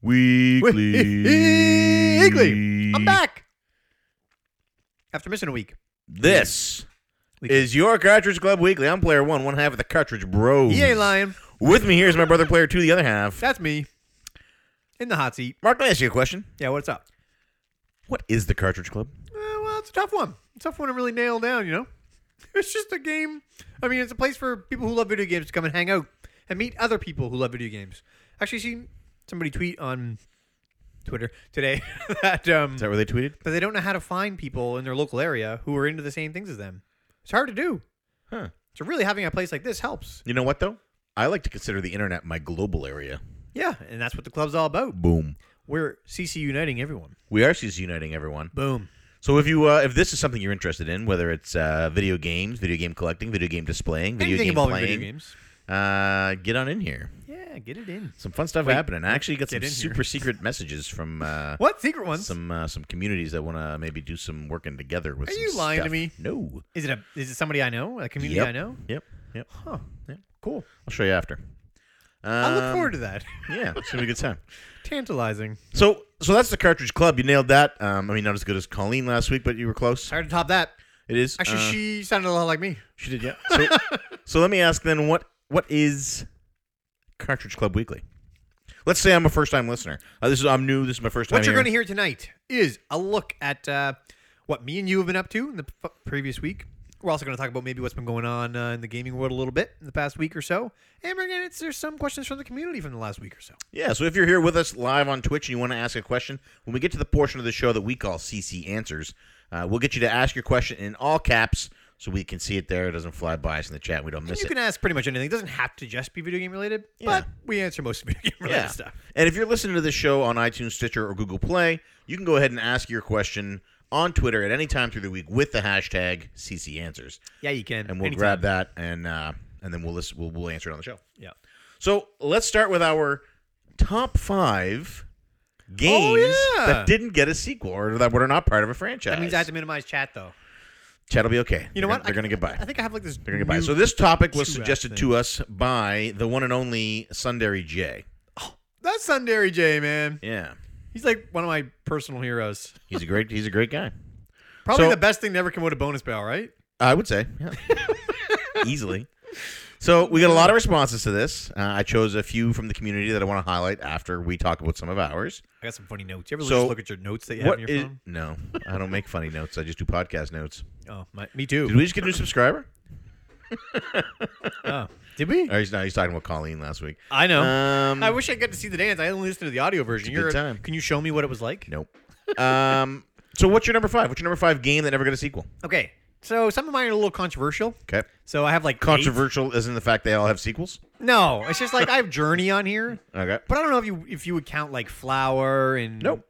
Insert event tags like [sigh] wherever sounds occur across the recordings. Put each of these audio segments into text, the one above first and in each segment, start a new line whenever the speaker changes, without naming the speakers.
Weekly.
Weekly. I'm back after missing a week.
This
Weekly.
is your Cartridge Club Weekly. I'm player one, one half of the Cartridge Bros.
He ain't lying.
With me here is my brother, player two, the other half.
That's me in the hot seat.
Mark, let me ask you a question.
Yeah, what's up?
What is the Cartridge Club?
Uh, well, it's a tough one. It's a tough one to really nail down. You know, it's just a game. I mean, it's a place for people who love video games to come and hang out and meet other people who love video games. Actually, seen somebody tweet on Twitter today that um,
Is that where they tweeted?
but they don't know how to find people in their local area who are into the same things as them. It's hard to do.
Huh.
So really having a place like this helps.
You know what, though? I like to consider the internet my global area.
Yeah, and that's what the club's all about.
Boom.
We're CC uniting everyone.
We are just uniting everyone.
Boom.
So if you uh, if this is something you're interested in, whether it's uh, video games, video game collecting, video game displaying, video
Anything
game
involving
playing,
video games.
uh, get on in here.
Yeah, get it in.
Some fun stuff happening. I actually got some
get in here.
super secret messages from uh,
What secret ones?
some uh, some communities that want to maybe do some working together with.
Are
some
you lying to
stuff.
me?
No.
Is it a is it somebody I know? A community
Yep.
I know?
Yep. Yep.
Huh.
Yep.
Cool.
I'll show you after. Um,
I look forward to that. [laughs]
Yeah, it's gonna be a good time.
Tantalizing.
So so that's the Cartridge Club. You nailed that. Um, I mean, not as good as Colleen last week, but you were close.
Hard to top that.
It is
Actually,
uh,
she sounded a lot like me.
She did, yeah. So, so let me ask then, what what is Cartridge Club Weekly? Let's say I'm a first time listener. Uh, this is I'm new. This is my first time.
What you're
here.
going to hear tonight is a look at uh, what me and you have been up to in the p- previous week. We're also going to talk about maybe what's been going on uh, in the gaming world a little bit in the past week or so, and we're going to answer some questions from the community from the last week or so.
Yeah. So if you're here with us live on Twitch and you want to ask a question, when we get to the portion of the show that we call CC Answers, uh, we'll get you to ask your question in all caps so we can see it there. It doesn't fly by us in the chat. We don't
And
miss
you
it.
can ask pretty much anything. It doesn't have to just be video game related, but
Yeah.
we answer most [laughs] video game related stuff.
And if you're listening to this show on iTunes, Stitcher, or Google Play, you can go ahead and ask your question on Twitter at any time through the week with the hashtag CC Answers.
Yeah, you can.
and we'll
Anytime.
grab that and uh, and then we'll listen, we'll we'll answer it on the show.
Yeah.
So let's start with our top five games
Oh, yeah.
that didn't get a sequel or that were not part of a franchise.
That means I have to minimize chat though.
Chat'll be okay.
You
They're
know what?
gonna- They're
I-
gonna get by.
I think I have like this.
They're gonna get by.
new-
So this topic was
two-ass
suggested
thing.
to us by the one and only Sundari J.
that's Sundary J, man.
Yeah,
He's like one of my personal heroes.
he's a great he's a great guy.
Probably
So-
the best thing that ever came out of Bonus Barrel, right?
I would say,
[laughs]
yeah. easily. So we got a lot of responses to this. Uh, I chose a few from the community that I want to highlight after we talk about some of ours.
I got some funny notes. You ever
So,
just look at your notes that you
What
have in
is-
your phone?
No, I don't make funny notes. I just do podcast notes.
Oh, my, me too.
Did we just get a new subscriber?
oh, did we?
Or he's, no, he's talking about Colleen last week.
I know.
Um,
I wish I got to see the dance. I only listened to the audio version.
a good
You're-
time.
Can you show me what it was like?
Nope.
[laughs]
Um, so what's your number five? What's your number five game that never got a sequel?
Okay. So some of mine are a little controversial.
Okay.
So I have like eight.
Controversial isn't the fact they all have sequels.
No, it's just like I have Journey on here,
Okay.
but I don't know if you if you would count like Flower and
Nope.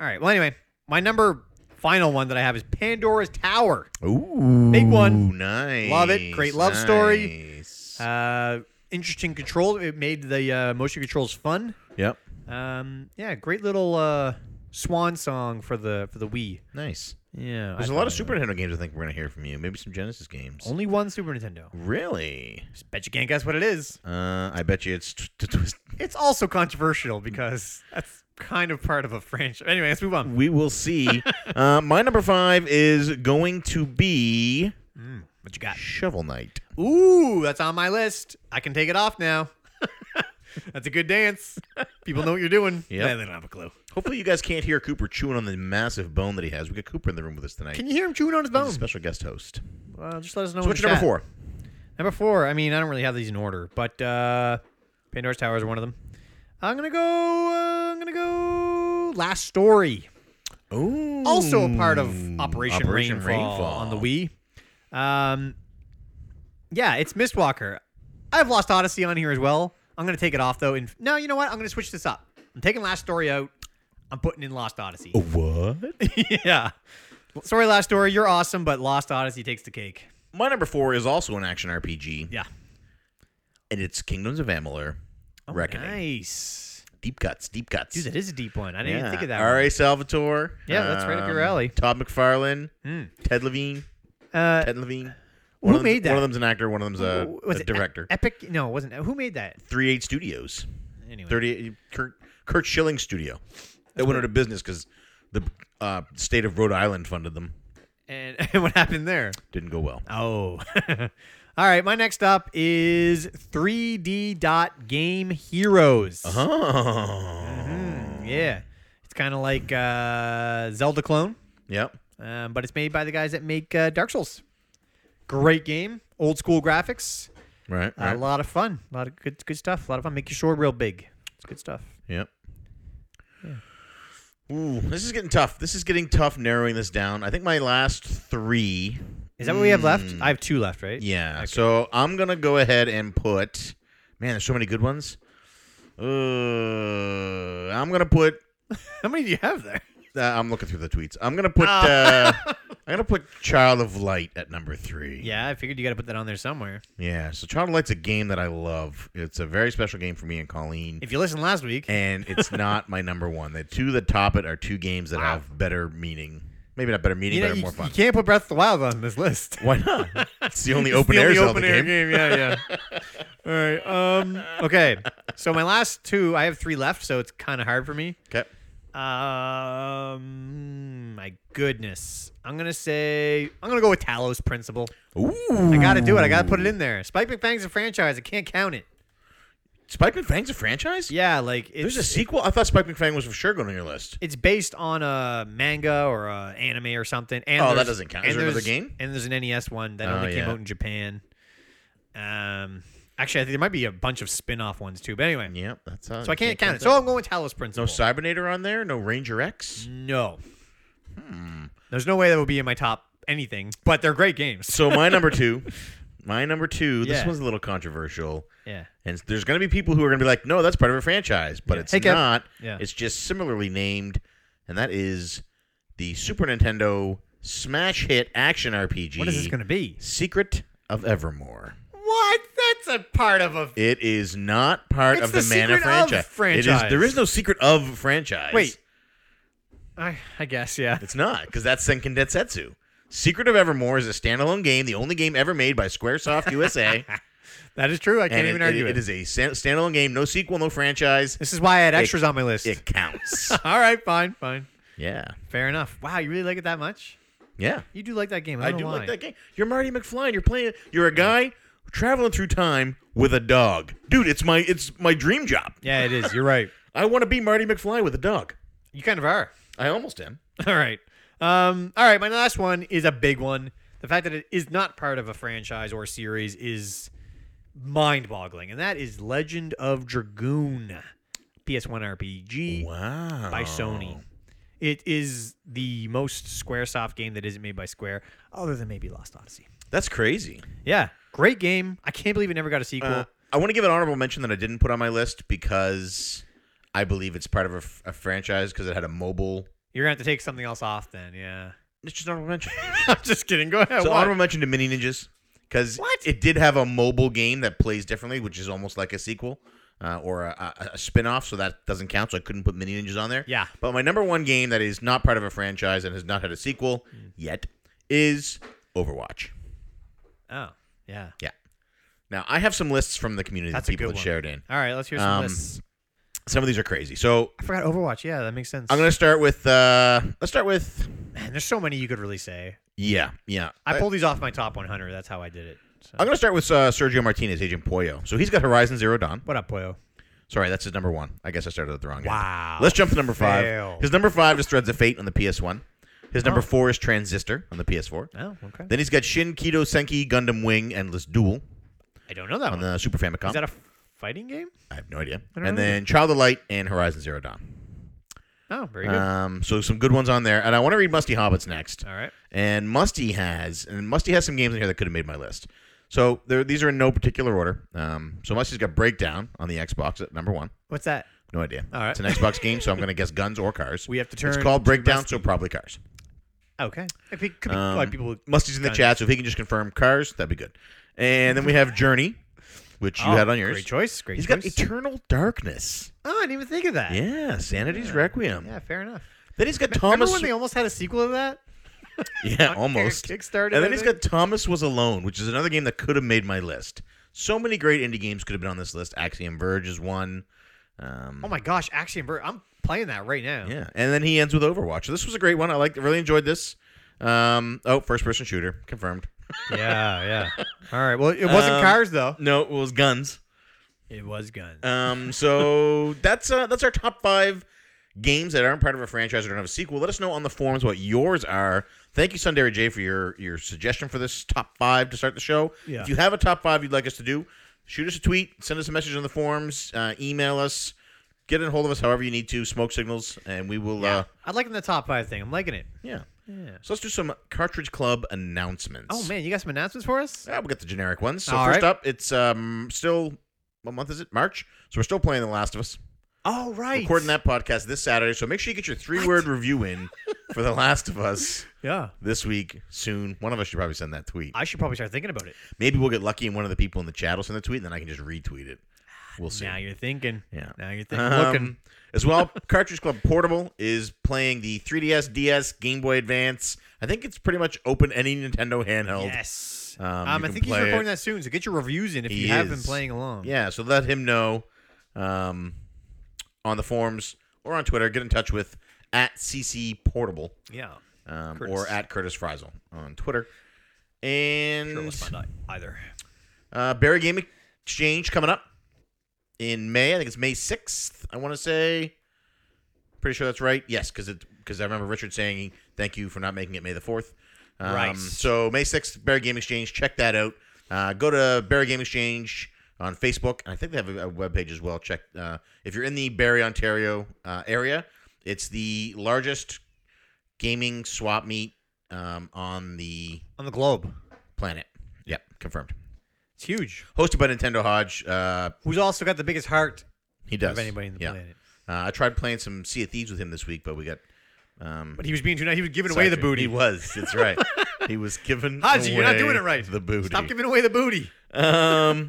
All right. Well, anyway, my number final one that I have is Pandora's Tower.
Ooh.
Big one.
Nice.
Love it. Great love story.
nice.
Uh, interesting control. It made the uh, motion controls fun.
yep.
Um, yeah, great little uh, swan song for the for the Wii.
Nice.
Yeah,
There's
a
a lot of Super Nintendo games I think we're gonna hear from you. Maybe some Genesis games.
Only one Super Nintendo.
Really?
Bet you can't guess what it is.
Uh, I bet you it's t- t- twist.
It's also controversial because that's kind of part of a franchise. Anyway, let's move on.
We will see. uh, my number five is going to be
What you got?
Shovel Knight.
Ooh, that's on my list. I can take it off now. [laughs] that's a good dance. People know what you're doing.
Yep.
Yeah, they don't have a clue.
Hopefully, you guys can't hear Cooper chewing on the massive bone that he has. We got Cooper in the room with us tonight.
Can you hear him chewing on his
He's a
bone?
special guest host.
Uh, just let us know.
So
in
what's
the
your number
chat.
four?
Number four. I mean, I don't really have these in order, but uh, Pandora's Tower is one of them. I'm gonna go. Uh, I'm gonna go. Last Story,
Oh,
also a part
Hmm.
of Operation, Rainfall, on the Wii. Um, yeah, it's Mistwalker. I've lost Odyssey on here as well. I'm gonna take it off though. And no, you know what? I'm gonna switch this up. I'm taking Last Story out. I'm putting in Lost Odyssey.
Oh. What?
[laughs] yeah. Sorry, Last Story. You're awesome, but Lost Odyssey takes the cake.
My number four is also an action RPG,
Yeah.
and it's Kingdoms of Amalur: Reckoning.
Oh, Nice.
Deep cuts, deep cuts.
Dude, that is a deep one. I didn't even
Yeah.
think of that.
R.A. Salvatore.
Yeah, that's right up your
um,
alley.
Todd McFarlane,
Mm.
Ted Levine,
Uh,
Ted Levine.
who
One of them's-
made that?
One of them's an actor. One of them's a,
Wh-
a
it E-
Uh, director.
Epic? No, it wasn't. Who made that?
Three Eight Studios.
Anyway.
Thirty Kurt Kurt Schilling Studio. They went out of business because the uh, state of Rhode Island funded them.
And, [laughs] and what happened there?
Didn't go well.
Oh. [laughs] All right, my next up is 3D dot game heroes.
Uh-huh. Oh.
Mm, yeah. It's kind of like uh, Zelda clone,
Yep.
um, but it's made by the guys that make uh, Dark Souls. Great game, old school graphics.
Right.
A
right.
lot of fun. A lot of good good stuff. A lot of fun. Make your shore real big. It's good stuff.
Yep. Ooh, this is getting tough. This is getting tough narrowing this down. I think my last three.
Is that what we have left? I have two left, right?
Mm. Yeah. So I'm gonna go ahead and put. Man, there's so many good ones. Uh, I'm gonna put.
[laughs] How many do you have there?
Uh, I'm looking through the tweets. I'm gonna
Oh.
put. Uh, I'm gonna put Child of Light at number three.
Yeah, I figured you got to put that on there somewhere.
Yeah. So Child of Light's a game that I love. It's a very special game for me and Colleen.
If you listened last week,
and
[laughs]
it's not my number one. The two that top it are two games that have better meaning. Maybe not better meaning,
you, know,
but are
you,
more fun.
you can't put Breath of the Wild on this list.
[laughs] Why
[laughs]
not? It's the only
It's
open
the
air
only
Zelda
open air
game.
game. Yeah, yeah. All right. Um. Okay. So my last two, I have three left, so it's kind of hard for me.
Okay.
Um. My goodness. I'm gonna say I'm gonna go with Talos Principle.
Ooh.
I gotta do it. I gotta put it in there. Spike McFang's a franchise. I can't count it.
Spike McFang's a franchise?
Yeah, like it's
There's a sequel? I thought Spike McFang was for sure going on your list.
it's based on a manga or a anime or something. And
Oh, that
there's-
doesn't count.
And
Is there another
there's-
game?
And there's an NES one that
Oh,
only came
yeah.
out in Japan. Um, actually, I think there might be a bunch of spin-off ones too. But anyway,
Yep, that's how
so I can't count it. So I'm going with Talos Principle.
No Cybernator on there? No Ranger X?
No.
Hmm.
There's no way that would be in my top anything, but they're great games.
So my number two, my number two, this
Yeah.
one's a little controversial.
Yeah.
And there's going to be people who are going to be like, no, that's part of a franchise, but
Yeah.
it's
Hey, Kev.
not.
Yeah.
It's just similarly named, and that is the Super Nintendo smash hit action RPG.
What is this going to be?
Secret of Evermore.
What? That's a part of a.
It is not part
It's
of the,
the
Mana
Secret of
franchise. It
franchise.
is. There is no Secret of franchise.
Wait. I, I guess yeah.
it's not because that's Senkin Densetsu. Secret of Evermore is a standalone game, the only game ever made by SquareSoft
[laughs]
USA.
That is true. I can't
and
even
it-
argue
it-
it.
it is a san- standalone game, no sequel, no franchise.
This is why I had extras on my list.
It counts.
[laughs] All right, fine, fine.
yeah.
Fair enough. Wow, you really like it that much?
Yeah.
You do like that game. I,
I
don't
do
know why.
like that game. You're Marty McFly. And you're playing. You're a guy traveling through time with a dog, dude. It's my it's my dream job.
Yeah, it is. You're right.
I want to be Marty McFly with a dog.
You kind of are.
I almost am.
[laughs] All right. Um, all right. My last one is a big one. The fact that it is not part of a franchise or series is mind boggling. And that is Legend of Dragoon, PS1 RPG
Wow.
by Sony. It is the most Squaresoft game that isn't made by Square, other than maybe Lost Odyssey.
That's crazy.
Yeah. Great game. I can't believe it never got a sequel.
Uh, I want to give an honorable mention that I didn't put on my list because I believe it's part of a, f- a franchise because it had a mobile.
You're going to have to take something else off then. Yeah. [laughs]
It's just an honorable mention.
I'm just kidding. Go ahead.
so
Why?
honorable mention to Mini Ninjas because
What?
it did have a mobile game that plays differently, which is almost like a sequel uh, or a, a, a spin-off, so that doesn't count. So I couldn't put Mini Ninjas on there.
Yeah.
But my number one game that is not part of a franchise and has not had a sequel
Hmm.
yet is Overwatch.
Oh, yeah.
Yeah. Now I have some lists from the community
That's
that
a
people had
good one.
shared in.
All right, let's hear some
Um,
lists.
Some of these are crazy. So
I forgot Overwatch. Yeah, that makes sense.
I'm gonna start with uh let's start with
Man, there's so many you could really say.
yeah, yeah.
I
I-
pulled these off my top 100. That's how I did it. So.
I'm gonna start with uh, Sergio Martinez, Agent Pollo. So he's got Horizon Zero Dawn.
What up, Poyo?
Sorry, that's his number one. I guess I started at the wrong. end.
Wow.
Let's jump to number five.
Fail.
His number five is Threads of Fate on the PS1. His number four is Transistor on the PS4.
Oh, okay.
Then he's got Shin Kido Senki Gundam Wing Endless Duel
I don't know that
on
one.
the Super Famicom.
Is that a f- fighting game?
I have no idea.
don't
And
know.
then Child of Light and Horizon Zero Dawn.
Oh, very good.
Um, so some good ones on there. And I want to read Musty Hobbits next.
All right.
And Musty has, and Musty has some games in here that could have made my list. So there, these are in no particular order. Um, so Musty's got Breakdown on the Xbox at number one.
What's that?
No idea.
All right.
It's an Xbox game, so I'm going to guess guns or cars.
[laughs] We have to
it's
turn
called
to
Breakdown,
Musty.
so probably cars.
Okay. It could could be
Um,
like people.
Musty's in the
Guns.
chat, so if he can just confirm cars, that'd be good. And then we have Journey, which you
Oh,
had on yours.
Great choice. Great
He's got
choice.
Eternal Darkness.
oh, I didn't even think of that.
Yeah, Sanity's Requiem.
Yeah, fair enough.
Then he's got
[laughs] Remember
Thomas.
when they almost had a sequel to that?
yeah, almost.
Kickstarted.
And
I
then he's
think?
got Thomas Was Alone, which is another game that could have made my list. So many great indie games could have been on this list. Axiom Verge is one. Um,
Oh my gosh, Axiom Verge. I'm playing that right now.
Yeah, and then he ends with Overwatch. This was a great one. I liked, really enjoyed this. Um, oh, first person shooter
[laughs]
confirmed.
yeah, yeah. All right. Well, it wasn't
Um,
cars though.
No, it was guns.
It was guns.
Um, so [laughs] that's uh, that's our top five games that aren't part of a franchise or don't have a sequel. Let us know on the forums what yours are. Thank you, Sundari J, for your your suggestion for this top five to start the show.
Yeah.
If you have a top five you'd like us to do, shoot us a tweet, send us a message on the forums, uh, email us, get in hold of us however you need to. Smoke signals, and we will.
yeah.
Uh,
I like in the top five thing. I'm liking it.
yeah.
Yeah.
So let's do some Cartridge Club announcements.
Oh man, you got some announcements for us?
Yeah, we'll get the generic ones. So
All
first
right.
up, it's um still what month is it? March. So we're still playing The Last of Us.
Oh right.
Recording that podcast this Saturday. So make sure you get your three word review
[laughs]
in for The Last of Us
Yeah.
this week soon. One of us should probably send that tweet.
I should probably start thinking about it.
Maybe we'll get lucky and one of the people in the chat will send the tweet, and then I can just retweet it. We'll see.
Ah, Now you're thinking.
Yeah.
Now you're thinking.
Um,
looking.
As well, Cartridge Club Portable is playing the 3DS, DS, Game Boy Advance. I think it's pretty much open any Nintendo handheld.
Yes.
Um,
Um,
you
I
can
think he's
play
recording
it.
that soon, so get your reviews in if
He
you have been
is.
playing along.
Yeah, so let him know um, on the forums or on Twitter. Get in touch with at CC Portable
Yeah.
um,
Curtis.
or at Curtis Frizel on Twitter. And
Sure, let's find out either.
uh, Barry Game Exchange coming up in May. I think it's May 6th, I want to say. Pretty sure that's right. Yes, because because I remember Richard saying, thank you for not making it May the 4th. Um,
Right.
So May 6th, Barry Game Exchange. Check that out. Uh, go to Barry Game Exchange on Facebook. And I think they have a, a webpage as well. Check uh, If you're in the Barry, Ontario uh, area, it's the largest gaming swap meet um, on the
On the globe.
planet. Yep, confirmed
It's huge.
hosted by Nintendo Hodge. Uh,
Who's also got the biggest heart
he does.
of anybody in the
yeah.
planet.
Uh, I tried playing some Sea of Thieves with him this week, but we got. Um,
But he was being too nice. He was giving away the
sidetracked.
booty.
He was. That's
[laughs]
right. he was given.
Haji, you're not
away
doing it right.
The booty.
Stop giving away the booty. [laughs]
um,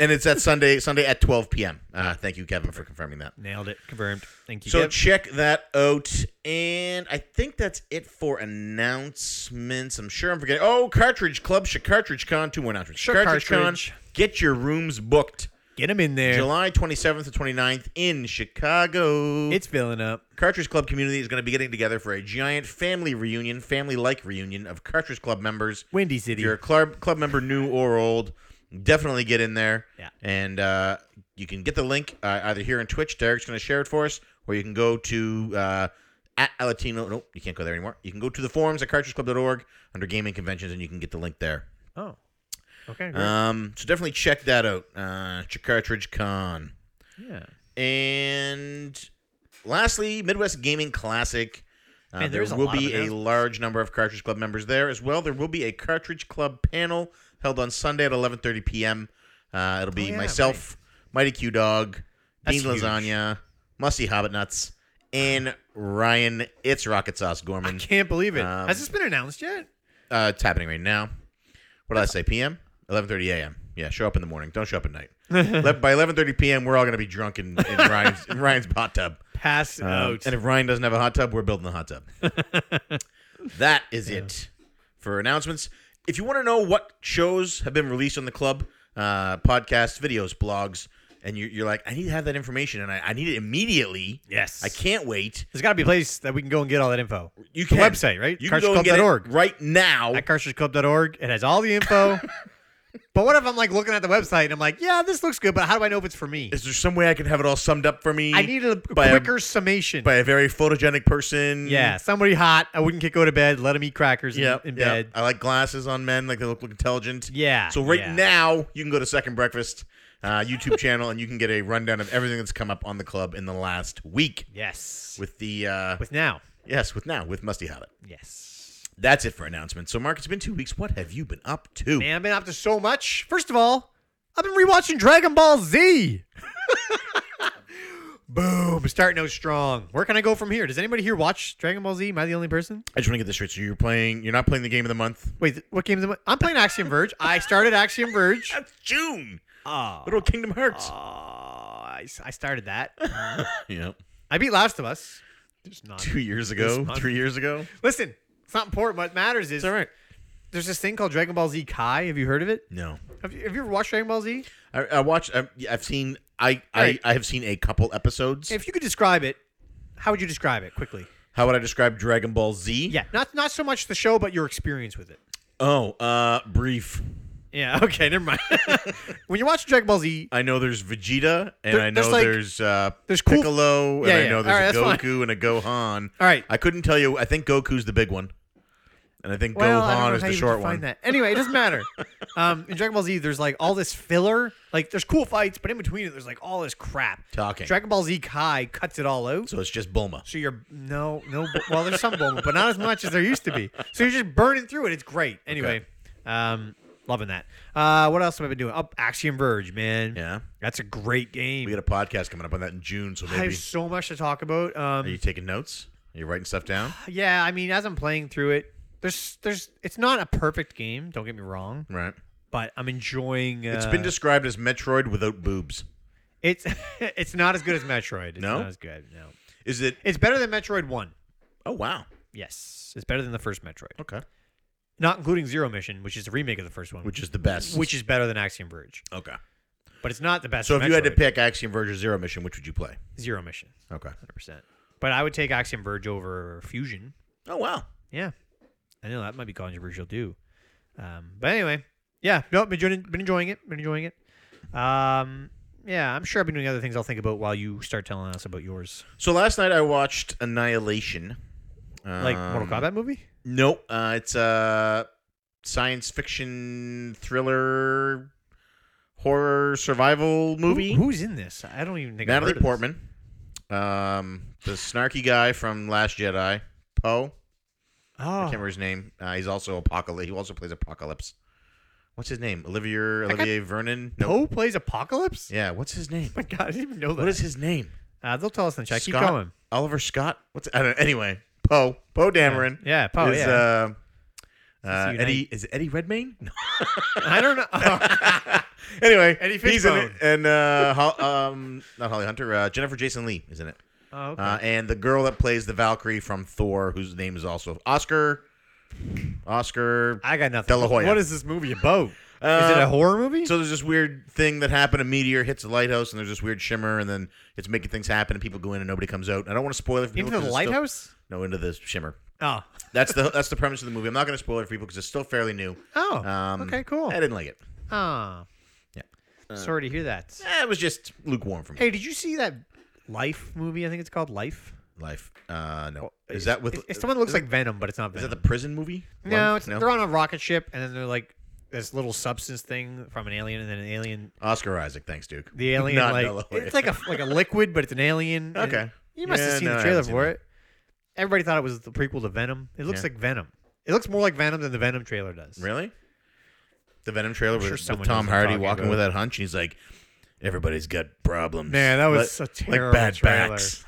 and it's at Sunday. Sunday at 12 p.m. Uh, thank you, Kevin, for confirming that.
Nailed it. Confirmed. Thank you.
So
Kev.
check that out, and I think that's it for announcements. I'm sure I'm forgetting. Oh, Cartridge Club, Sha- Cartridge Con, two more announcements.
Sha- Cartridge.
Con, get your rooms booked.
Get him in there.
July 27th to 29th in Chicago.
It's filling up.
Cartridge Club community is going to be getting together for a giant family reunion, family like reunion of Cartridge Club members.
Windy
If
City.
you're a club, club member, new or old, definitely get in there.
Yeah.
And uh, you can get the link uh, either here on Twitch. Derek's going to share it for us, or you can go to uh, at Alatino. Nope, you can't go there anymore. You can go to the forums at cartridgeclub.org under gaming conventions, and you can get the link there.
oh. Okay. Great.
Um, so definitely check that out. Uh, Cartridge Con.
yeah.
And lastly, Midwest Gaming Classic. Uh,
Man,
there
there's a
will
lot of
be a
announcements.
large number of Cartridge Club members there as well. There will be a Cartridge Club panel held on Sunday at 11:30 p.m. Uh, it'll be
Oh, yeah,
myself, Mighty Q Dog,
That's
Dean
huge.
Lasagna, Musty Hobbit Nuts, and Ryan. It's Rocket Sauce Gorman.
Can't believe it.
Um,
Has this been announced yet?
Uh, it's happening right now. What did I say? P.m. 11:30 a.m. Yeah, show up in the morning. Don't show up at
[laughs]
night. Le- By 11:30 p.m., we're all gonna be drunk in, in Ryan's in Ryan's hot tub.
Pass
Um,
out.
and if Ryan doesn't have a hot tub, we're building a hot
[laughs]
tub. that is it for announcements. If you want to know what shows have been released on the club, uh, podcasts, videos, blogs, and you're, you're like, I need to have that information, and I, I need it immediately.
yes.
I can't wait.
There's got to be a place that we can go and get all that info.
You
The
can
website, right?
You can go and get it
cartridgeclub.org.
right now.
At cartridgeclub.org. It has all the
[laughs]
info. but what if I'm like looking at the website and I'm like, yeah, this looks good, but how do I know if it's for me?
Is there some way I can have it all summed up for me?
I need a
by a-
quicker summation.
by a very photogenic person.
yeah, somebody hot. uh, I wouldn't go to bed. Let him eat crackers in,
Yeah,
in
yeah.
bed.
I like glasses on men, like they look, look intelligent.
Yeah,
So right
yeah.
now, you can go to Second Breakfast uh, YouTube channel, and you can get a rundown of everything that's come up on the club in the last week
Yes. With,
with the uh,
now.
yes, with now with Musty Hobbit.
Yes.
That's it for announcements. So Mark, it's been two weeks. What have you been up to?
Man, I've been up to so much. First of all, I've been rewatching Dragon Ball Z. [laughs] Boom. Starting out strong. Where can I go from here? Does anybody here watch Dragon Ball Z? Am I the only person?
I just want to get this straight. So you're playing. You're not playing the game of the month.
Wait, th- what game is it? I'm playing Axiom Verge. I started
[laughs]
Axiom Verge.
That's June.
Oh,
Little Kingdom Hearts.
I, s- I started that.
[laughs] Yep.
I beat Last of Us. There's not.
Two years ago.
month.
Three years ago.
Listen, it's not important. What matters is
all right.
there's this thing called Dragon Ball Z Kai. Have you heard of it?
No.
Have you, have you ever watched Dragon Ball Z?
I, I watched. I, I've seen. I,
Right.
I I have seen a couple episodes.
If you could describe it, how would you describe it quickly?
How would I describe Dragon Ball Z?
Yeah, not not so much the show, but your experience with it.
Oh, uh, brief.
Yeah. [laughs] Okay. Never mind. when you watch Dragon Ball Z,
I know there's Vegeta, and
There-
I
there's
know
like-
there's uh,
there's cool-
Piccolo, and
Yeah,
I
yeah.
know
All right,
there's a
that's
Goku and a Gohan.
all right.
I couldn't tell you. I think Goku's the big one, and I think
Well, I don't
Gohan
know
is
how
the
you
short
define
one.
That. Anyway, it doesn't [laughs] matter. um, in Dragon Ball Z, there's like all this filler. Like there's cool fights, but in between it, there's like all this crap.
Talking.
Dragon Ball Z Kai cuts it all out.
So it's just Bulma.
So you're no no. Well, there's some Bulma, but not as much as there used to be. So you're just burning through it. It's great. Anyway, um, loving that. Uh, what else have I been doing? Up Axiom Verge, man.
Yeah,
that's a great game.
we got a podcast coming up on that in June, so
I have
maybe.
so much to talk about. Um,
Are you taking notes? Are you writing stuff down?
yeah, I mean, as I'm playing through it, there's there's it's not a perfect game. Don't get me wrong,
Right.
but I'm enjoying. Uh,
It's been described as Metroid without boobs.
It's [laughs] it's not as good as Metroid. It's
No?
not as good. No,
Is it?
it's better than Metroid One.
Oh wow.
Yes, it's better than the first Metroid,
Okay.
not including Zero Mission, which is a remake of the first one,
Which is the best?
which is better than Axiom Verge,
okay.
but it's not the best.
So if you had to
Metroid.
pick Axiom Verge or Zero Mission, which would you play?
Zero Mission,
Okay.
hundred percent. But I would take Axiom Verge over Fusion.
Oh wow.
Yeah, I know that might be controversial too. Um, but anyway, yeah, no, been enjoying, been enjoying it, been enjoying it. Um, yeah, I'm sure I've been doing other things. I'll think about while you start telling us about yours,
So last night I watched Annihilation.
like
Um,
Mortal Kombat movie.
Nope. Uh, it's a science fiction thriller horror survival movie.
Who- who's in this? I don't even think I've
Natalie
heard of this.
Portman, um, the snarky guy from Last Jedi, Poe. I
Oh,
can't remember his name. Uh, he's also Apocalypse. He also plays Apocalypse. What's his name? Olivier
That guy-
Olivier Vernon. Nope.
Poe plays Apocalypse.
Yeah. What's his name?
Oh [laughs] my God, I didn't even know that.
What is his name?
Uh, they'll tell us in the chat. Keep
Scott?
going.
Oliver Scott. What's I don't. Anyway, Poe. Poe Dameron.
Yeah, Poe.
is,
Oh,
Uh,
yeah,
uh,
Unite.
Eddie is it Eddie Redmayne? [laughs] No. uh,
[laughs] I don't
[laughs]
know.
anyway,
Eddie
he's in it,
Fishbone.
and uh, Hol- um, not Holly Hunter, uh, Jennifer Jason Lee is in it,
Oh, okay.
uh, and the girl that plays the Valkyrie from Thor, whose name is also Oscar. Oscar.
I got nothing.
De La Hoya.
What is this movie about?
Uh,
is it a horror movie?
So there's this weird thing that happened. A meteor hits a lighthouse, and there's this weird shimmer, and then it's making things happen, and people go in, and nobody comes out. I don't want to spoil it for people.
Into
'cause
the
it's still-
lighthouse?
no, into the shimmer.
Oh,
That's the that's the premise of the movie. I'm not going to spoil it for people because it's still fairly new.
oh.
Um,
okay, cool.
I didn't like it.
Ah.
Yeah.
Sorry to hear that.
Eh, it was just lukewarm for me.
Hey, did you see that Life movie? I think it's called Life.
Life. Uh, no.
It's-
Is that with?
Oh, It's, it's the one that looks
is
like
it-
Venom, but it's not
Is that
Venom.
the prison movie?
no,
One?
it's, they're on a rocket ship, and then they're like this little substance thing from an alien, and then an alien,
Oscar Isaac. Thanks, Duke. [laughs]
the alien
Not
like
Delaware.
it's like a like a liquid, but it's an alien. and-
Okay.
you must
Yeah,
have seen
no, I
the
haven't
trailer
seen
for
that.
it. Everybody thought it was the prequel to Venom. It looks
Yeah.
like Venom. It looks more like Venom than the Venom trailer does.
Really? The Venom trailer
sure
with, with
someone knows
Tom
what I'm
Hardy
talking
walking
about.
with that hunch, and he's like, "Everybody's got problems."
Man, that was
Like-
a terrible
like bad
trailer.
backs.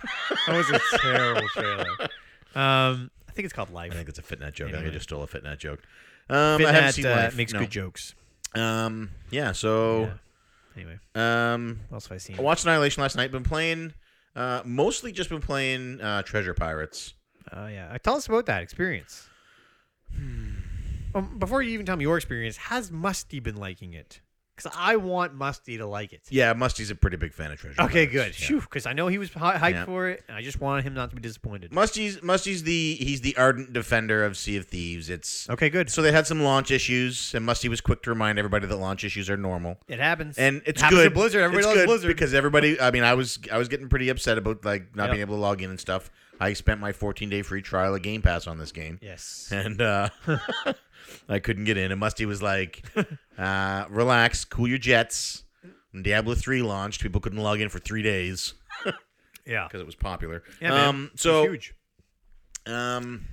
That
[laughs]
was a terrible trailer. Um, I think it's called Life.
I think it's a Fitnet joke. I think I
Anyway.
just stole a Fitnet joke. Um, I haven't
Fitnat,
seen
uh,
Life,
makes
no.
good jokes.
Um, yeah. So,
Yeah. Anyway,
um,
what else have I seen?
I watched Annihilation last night. Been playing, uh, mostly just been playing uh, Treasure Pirates.
Oh yeah, Uh, tell us about that experience.
Hmm.
Um, before you even tell me your experience, has Musty been liking it? Because I want Musty to like it.
Yeah, Musty's a pretty big fan of Treasure.
Okay, good.
Pirates. Yeah.
Because I know he was hy- hyped
Yeah.
for it, and I just wanted him not to be disappointed.
Musty's Musty's the he's the ardent defender of Sea of Thieves. It's
okay, good.
so they had some launch issues, and Musty was quick to remind everybody that launch issues are normal.
It happens.
And it's
happens
good.
to Blizzard. Everybody
it's
loves
good
Blizzard.
because everybody. I mean, I was I was getting pretty upset about like not
Yep.
being able to log in and stuff. I spent my 14 day free trial of Game Pass on this game,
yes.
and uh, [laughs] I couldn't get in. And Musty was like,
[laughs]
uh, "Relax, cool your jets." When Diablo 3 launched, people couldn't log in for three days
yeah.
because it was popular.
Yeah, man.
um,
It's
so
huge.
um,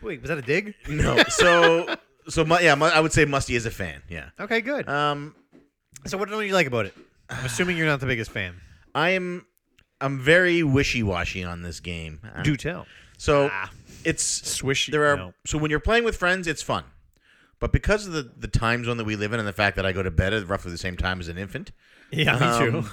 Wait, was that a dig?
No. So [laughs] so mu- yeah, mu- I would say Musty is a fan. Yeah.
Okay, good.
Um,
so what don't you like about it? I'm assuming you're not the biggest fan.
[sighs] I am I'm very wishy washy on this game. Uh,
Do tell.
So
Ah.
it's
Swish.
there are
no.
so when you're playing with friends, it's fun. But because of the, the time zone that we live in and the fact that I go to bed at roughly the same time as an infant,
Yeah, me too.
um,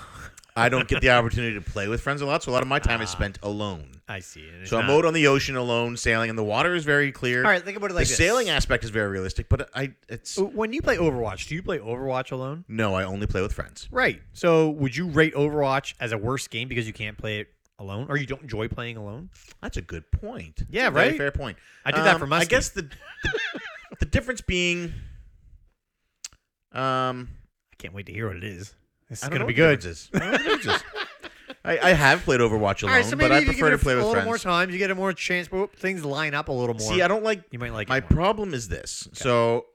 I don't get the opportunity to play with friends a lot, so a lot of my
Ah.
time is spent alone.
I see. it. It's
So I'm
not-
out on the ocean alone, sailing, and the water is very clear.
Ah. All right, think about it like
the
this.
sailing aspect is very realistic, but I it's
Uh, When you play Overwatch, do you play Overwatch alone?
no, I only play with friends.
Right. So would you rate Overwatch as a worse game because you can't play it alone or you don't enjoy playing alone?
That's a good point.
Yeah,
That's a very
right?
Fair point. Um,
I did that for
I
Muskie.
guess
[laughs]
the, the the difference being, um,
I can't wait to hear what it is. This
I don't
is going
know
to be
what the
good.
difference is. I don't know what the difference is. I, I have played Overwatch alone, but I prefer to play
a
with
little
friends.
more time, you get a more chance, but things line up a little more.
See, I don't like
you might like
my
it more.
problem is this. So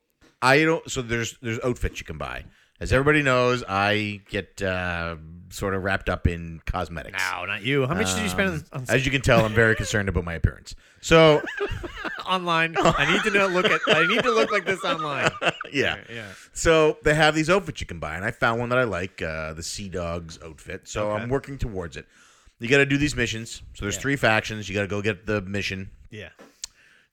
I don't. So there's there's outfits you can buy. As everybody knows, I get uh, sort of wrapped up in cosmetics.
No, not you. How much did you spend
Um,
on, on
as you can tell, I'm very concerned about my appearance. So,
[laughs] [laughs] online? I need to know, look at. I need to look like this online.
yeah.
Yeah.
So they have these outfits you can buy, and I found one that I like, uh, the Sea Dogs outfit. So I'm working towards it. You got to do these missions. So there's three factions. You got to go get the mission
[laughs] Yeah.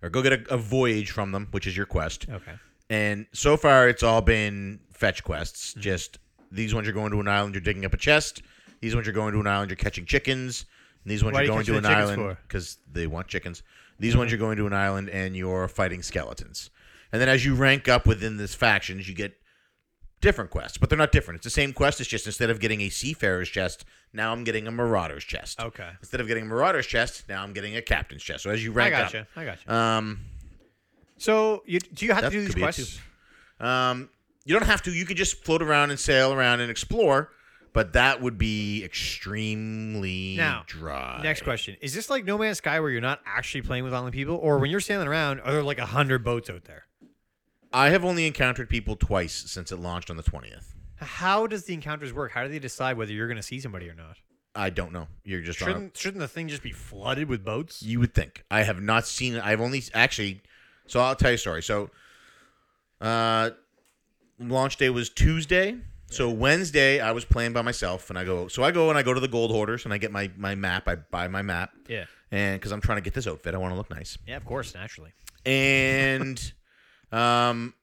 or go get a, a voyage from them, which is your quest.
Okay.
And so far, it's all been fetch quests.
Mm-hmm.
Just these ones you're going to an island, you're digging up a chest. These ones you're going to an island, you're catching chickens. And these ones
Why
you're
do you
going
catch
to
the
an
chickens
island
for? Mm-hmm.
because they want chickens. These ones you're going to an island and you're fighting skeletons. And then as you rank up within this factions, you get different quests, but they're not different. It's the same quest. It's just instead of getting a seafarer's chest, now I'm getting a marauder's chest.
Okay.
Instead of getting a marauder's chest, now I'm getting a captain's chest. So as you
I
rank
gotcha.
up,
I gotcha.
um,
So, you, do you have to
that
do these
could be it, too.
quests?
Um, you don't have to. You could just float around and sail around and explore, but that would be extremely
Now,
dry.
Next question: Is this like No Man's Sky, where you're not actually playing with online people, or when you're sailing around, are there like a hundred boats out there?
I have only encountered people twice since it launched on the twentieth.
How does the encounters work? How do they decide whether you're going to see somebody or not?
I don't know. You're just on.
Shouldn't shouldn't the thing just be flooded with boats?
A, you would think. I have not seen. I've only actually. So I'll tell you a story. So, uh, launch day was Tuesday. So Wednesday, I was playing by myself, and I go. So I go and I go to the gold hoarders, and I get my my map. I buy my map,
Yeah,
and because I'm trying to get this outfit, I want to look nice.
yeah, of course, naturally.
and [laughs] um,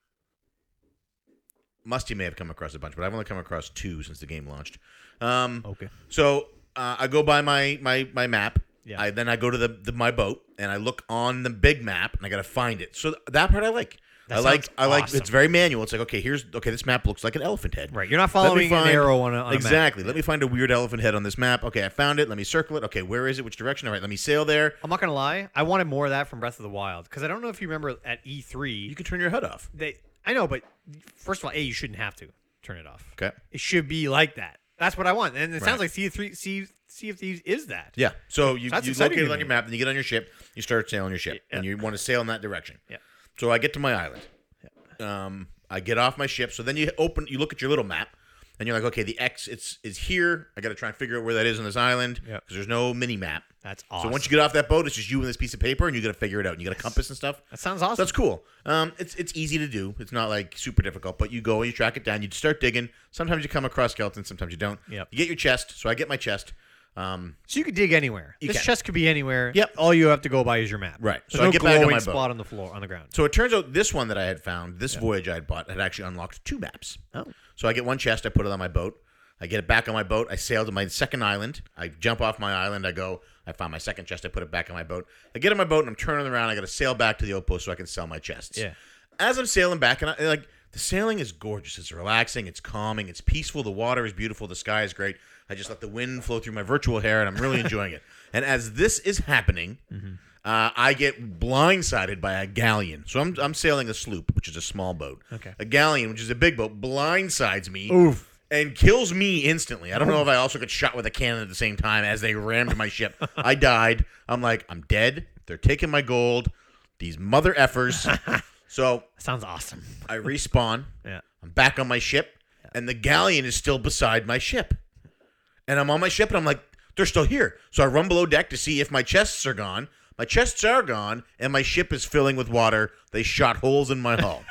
Musty may have come across a bunch, but I've only come across two since the game launched. Um,
Okay.
so uh, I go by my my my map.
Yeah.
I, then I go to the, the my boat and I look on the big map and I gotta find it. So th- that part I like.
That
I like
sounds
I like
awesome.
it's very manual. It's like okay, here's okay, this map looks like an elephant head.
Right, you're not
Let me
following an
find-
arrow on a, on a map.
exactly. Let me find a weird elephant head on this map. Okay, I found it. Let me circle it. Okay, where is it? Which direction? All right, let me sail there.
I'm not gonna lie. I wanted more of that from Breath of the Wild because I don't know if you remember at
You
E3.
can turn your head off.
They, I know, but first of all, a you shouldn't have to turn it off.
Okay.
It should be like that. That's what I want, and it
Right.
sounds like Sea of Three, Sea, sea of Thieves is that.
Yeah. So you,
That's
you
exciting
locate it
to
on
me.
your map, then you get on your ship, you start sailing your ship, and you want to sail in that direction.
Yeah.
So I get to my island. Um, I get off my ship. So then you open, you look at your little map, and you're like, okay, the X it's is here. I got to try and figure out where that is on this island because
Yeah.
there's no mini map.
That's awesome.
So once you get off that boat, it's just you and this piece of paper, and you got to figure it out. And you got a compass and stuff.
that sounds awesome.
So that's cool. Um, it's it's easy to do. It's not like super difficult, but you go and you track it down. You start digging. Sometimes you come across skeletons, sometimes you don't.
Yep.
You get your chest. So I get my chest. Um,
So you could dig anywhere.
You
this
can.
chest could be anywhere.
Yep.
All you have to go by is your map.
Right.
There's
So I
no
get back on
glowing
my boat.
spot on the floor on the ground.
So it turns out this one that I had found, this voyage I had bought, had actually unlocked two maps.
Oh.
So I get one chest, I put it on my boat. I get it back on my boat. I sail to my second island. I jump off my island. I go. I find my second chest. I put it back on my boat. I get on my boat and I'm turning around. I got to sail back to the outpost so I can sell my chests.
Yeah.
As I'm sailing back, and I like the sailing is gorgeous. It's relaxing. It's calming. It's peaceful. The water is beautiful. The sky is great. I just let the wind flow through my virtual hair, and I'm really enjoying it. And as this is happening, uh, I get blindsided by a galleon. So I'm, I'm sailing a sloop, which is a small boat.
Okay.
A galleon, which is a big boat, blindsides me
Oof.
and kills me instantly. I don't know if I also got shot with a cannon at the same time as they rammed my ship. I died. I'm like, I'm dead. They're taking my gold. These mother effers. so
Sounds awesome.
I respawn.
Yeah.
I'm back on my ship, and the galleon is still beside my ship. And I'm on my ship, and I'm like, they're still here. So I run below deck to see if my chests are gone. My chests are gone, and my ship is filling with water. They shot holes in my
[laughs]
hull.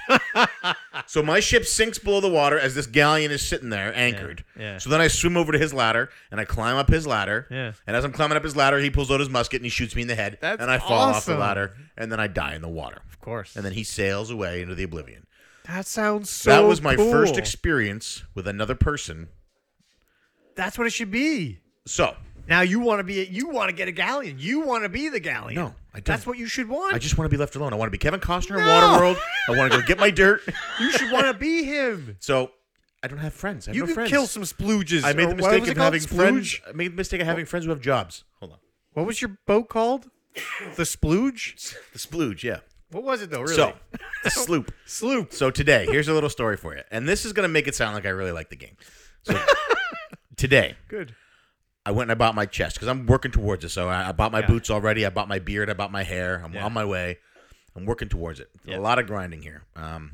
so my ship sinks below the water as this galleon is sitting there anchored.
yeah.
So then I swim over to his ladder, and I climb up his ladder.
Yeah.
And as I'm climbing up his ladder, he pulls out his musket and he shoots me in the head.
That's
and I fall off the
awesome.
ladder, and then I die in the water.
Of course.
And then he sails away into the oblivion
that sounds so
that was my first
cool.
experience with another person
That's what it should be.
So
Now you want to be you want to get a galleon. You want to be the galleon.
No, I don't.
That's what you should want.
I just want to be left alone. I want to be Kevin Costner in
No.
Waterworld. I want to go get my dirt.
you should want to be
[laughs]
him.
So I don't have friends. I have
You
no
can
friends.
kill some splooges.
I made
or
the
what
mistake
was it
of
called?
having
Splooge?
friends. I made the mistake of having friends who have jobs. Hold on.
What was your boat called?
[laughs]
The splooge?
The splooge, yeah.
What was it though? Really? [laughs]
So the sloop.
sloop.
So today, here's a little story for you, and this is gonna make it sound like I really like the game.
[laughs]
So today,
Good.
I went and I bought my chest because I'm working towards it. So I, I bought my
Yeah.
boots already. I bought my beard. I bought my hair. I'm
Yeah.
on my way. I'm working towards it.
Yeah.
A lot of grinding here.
[laughs]
Um,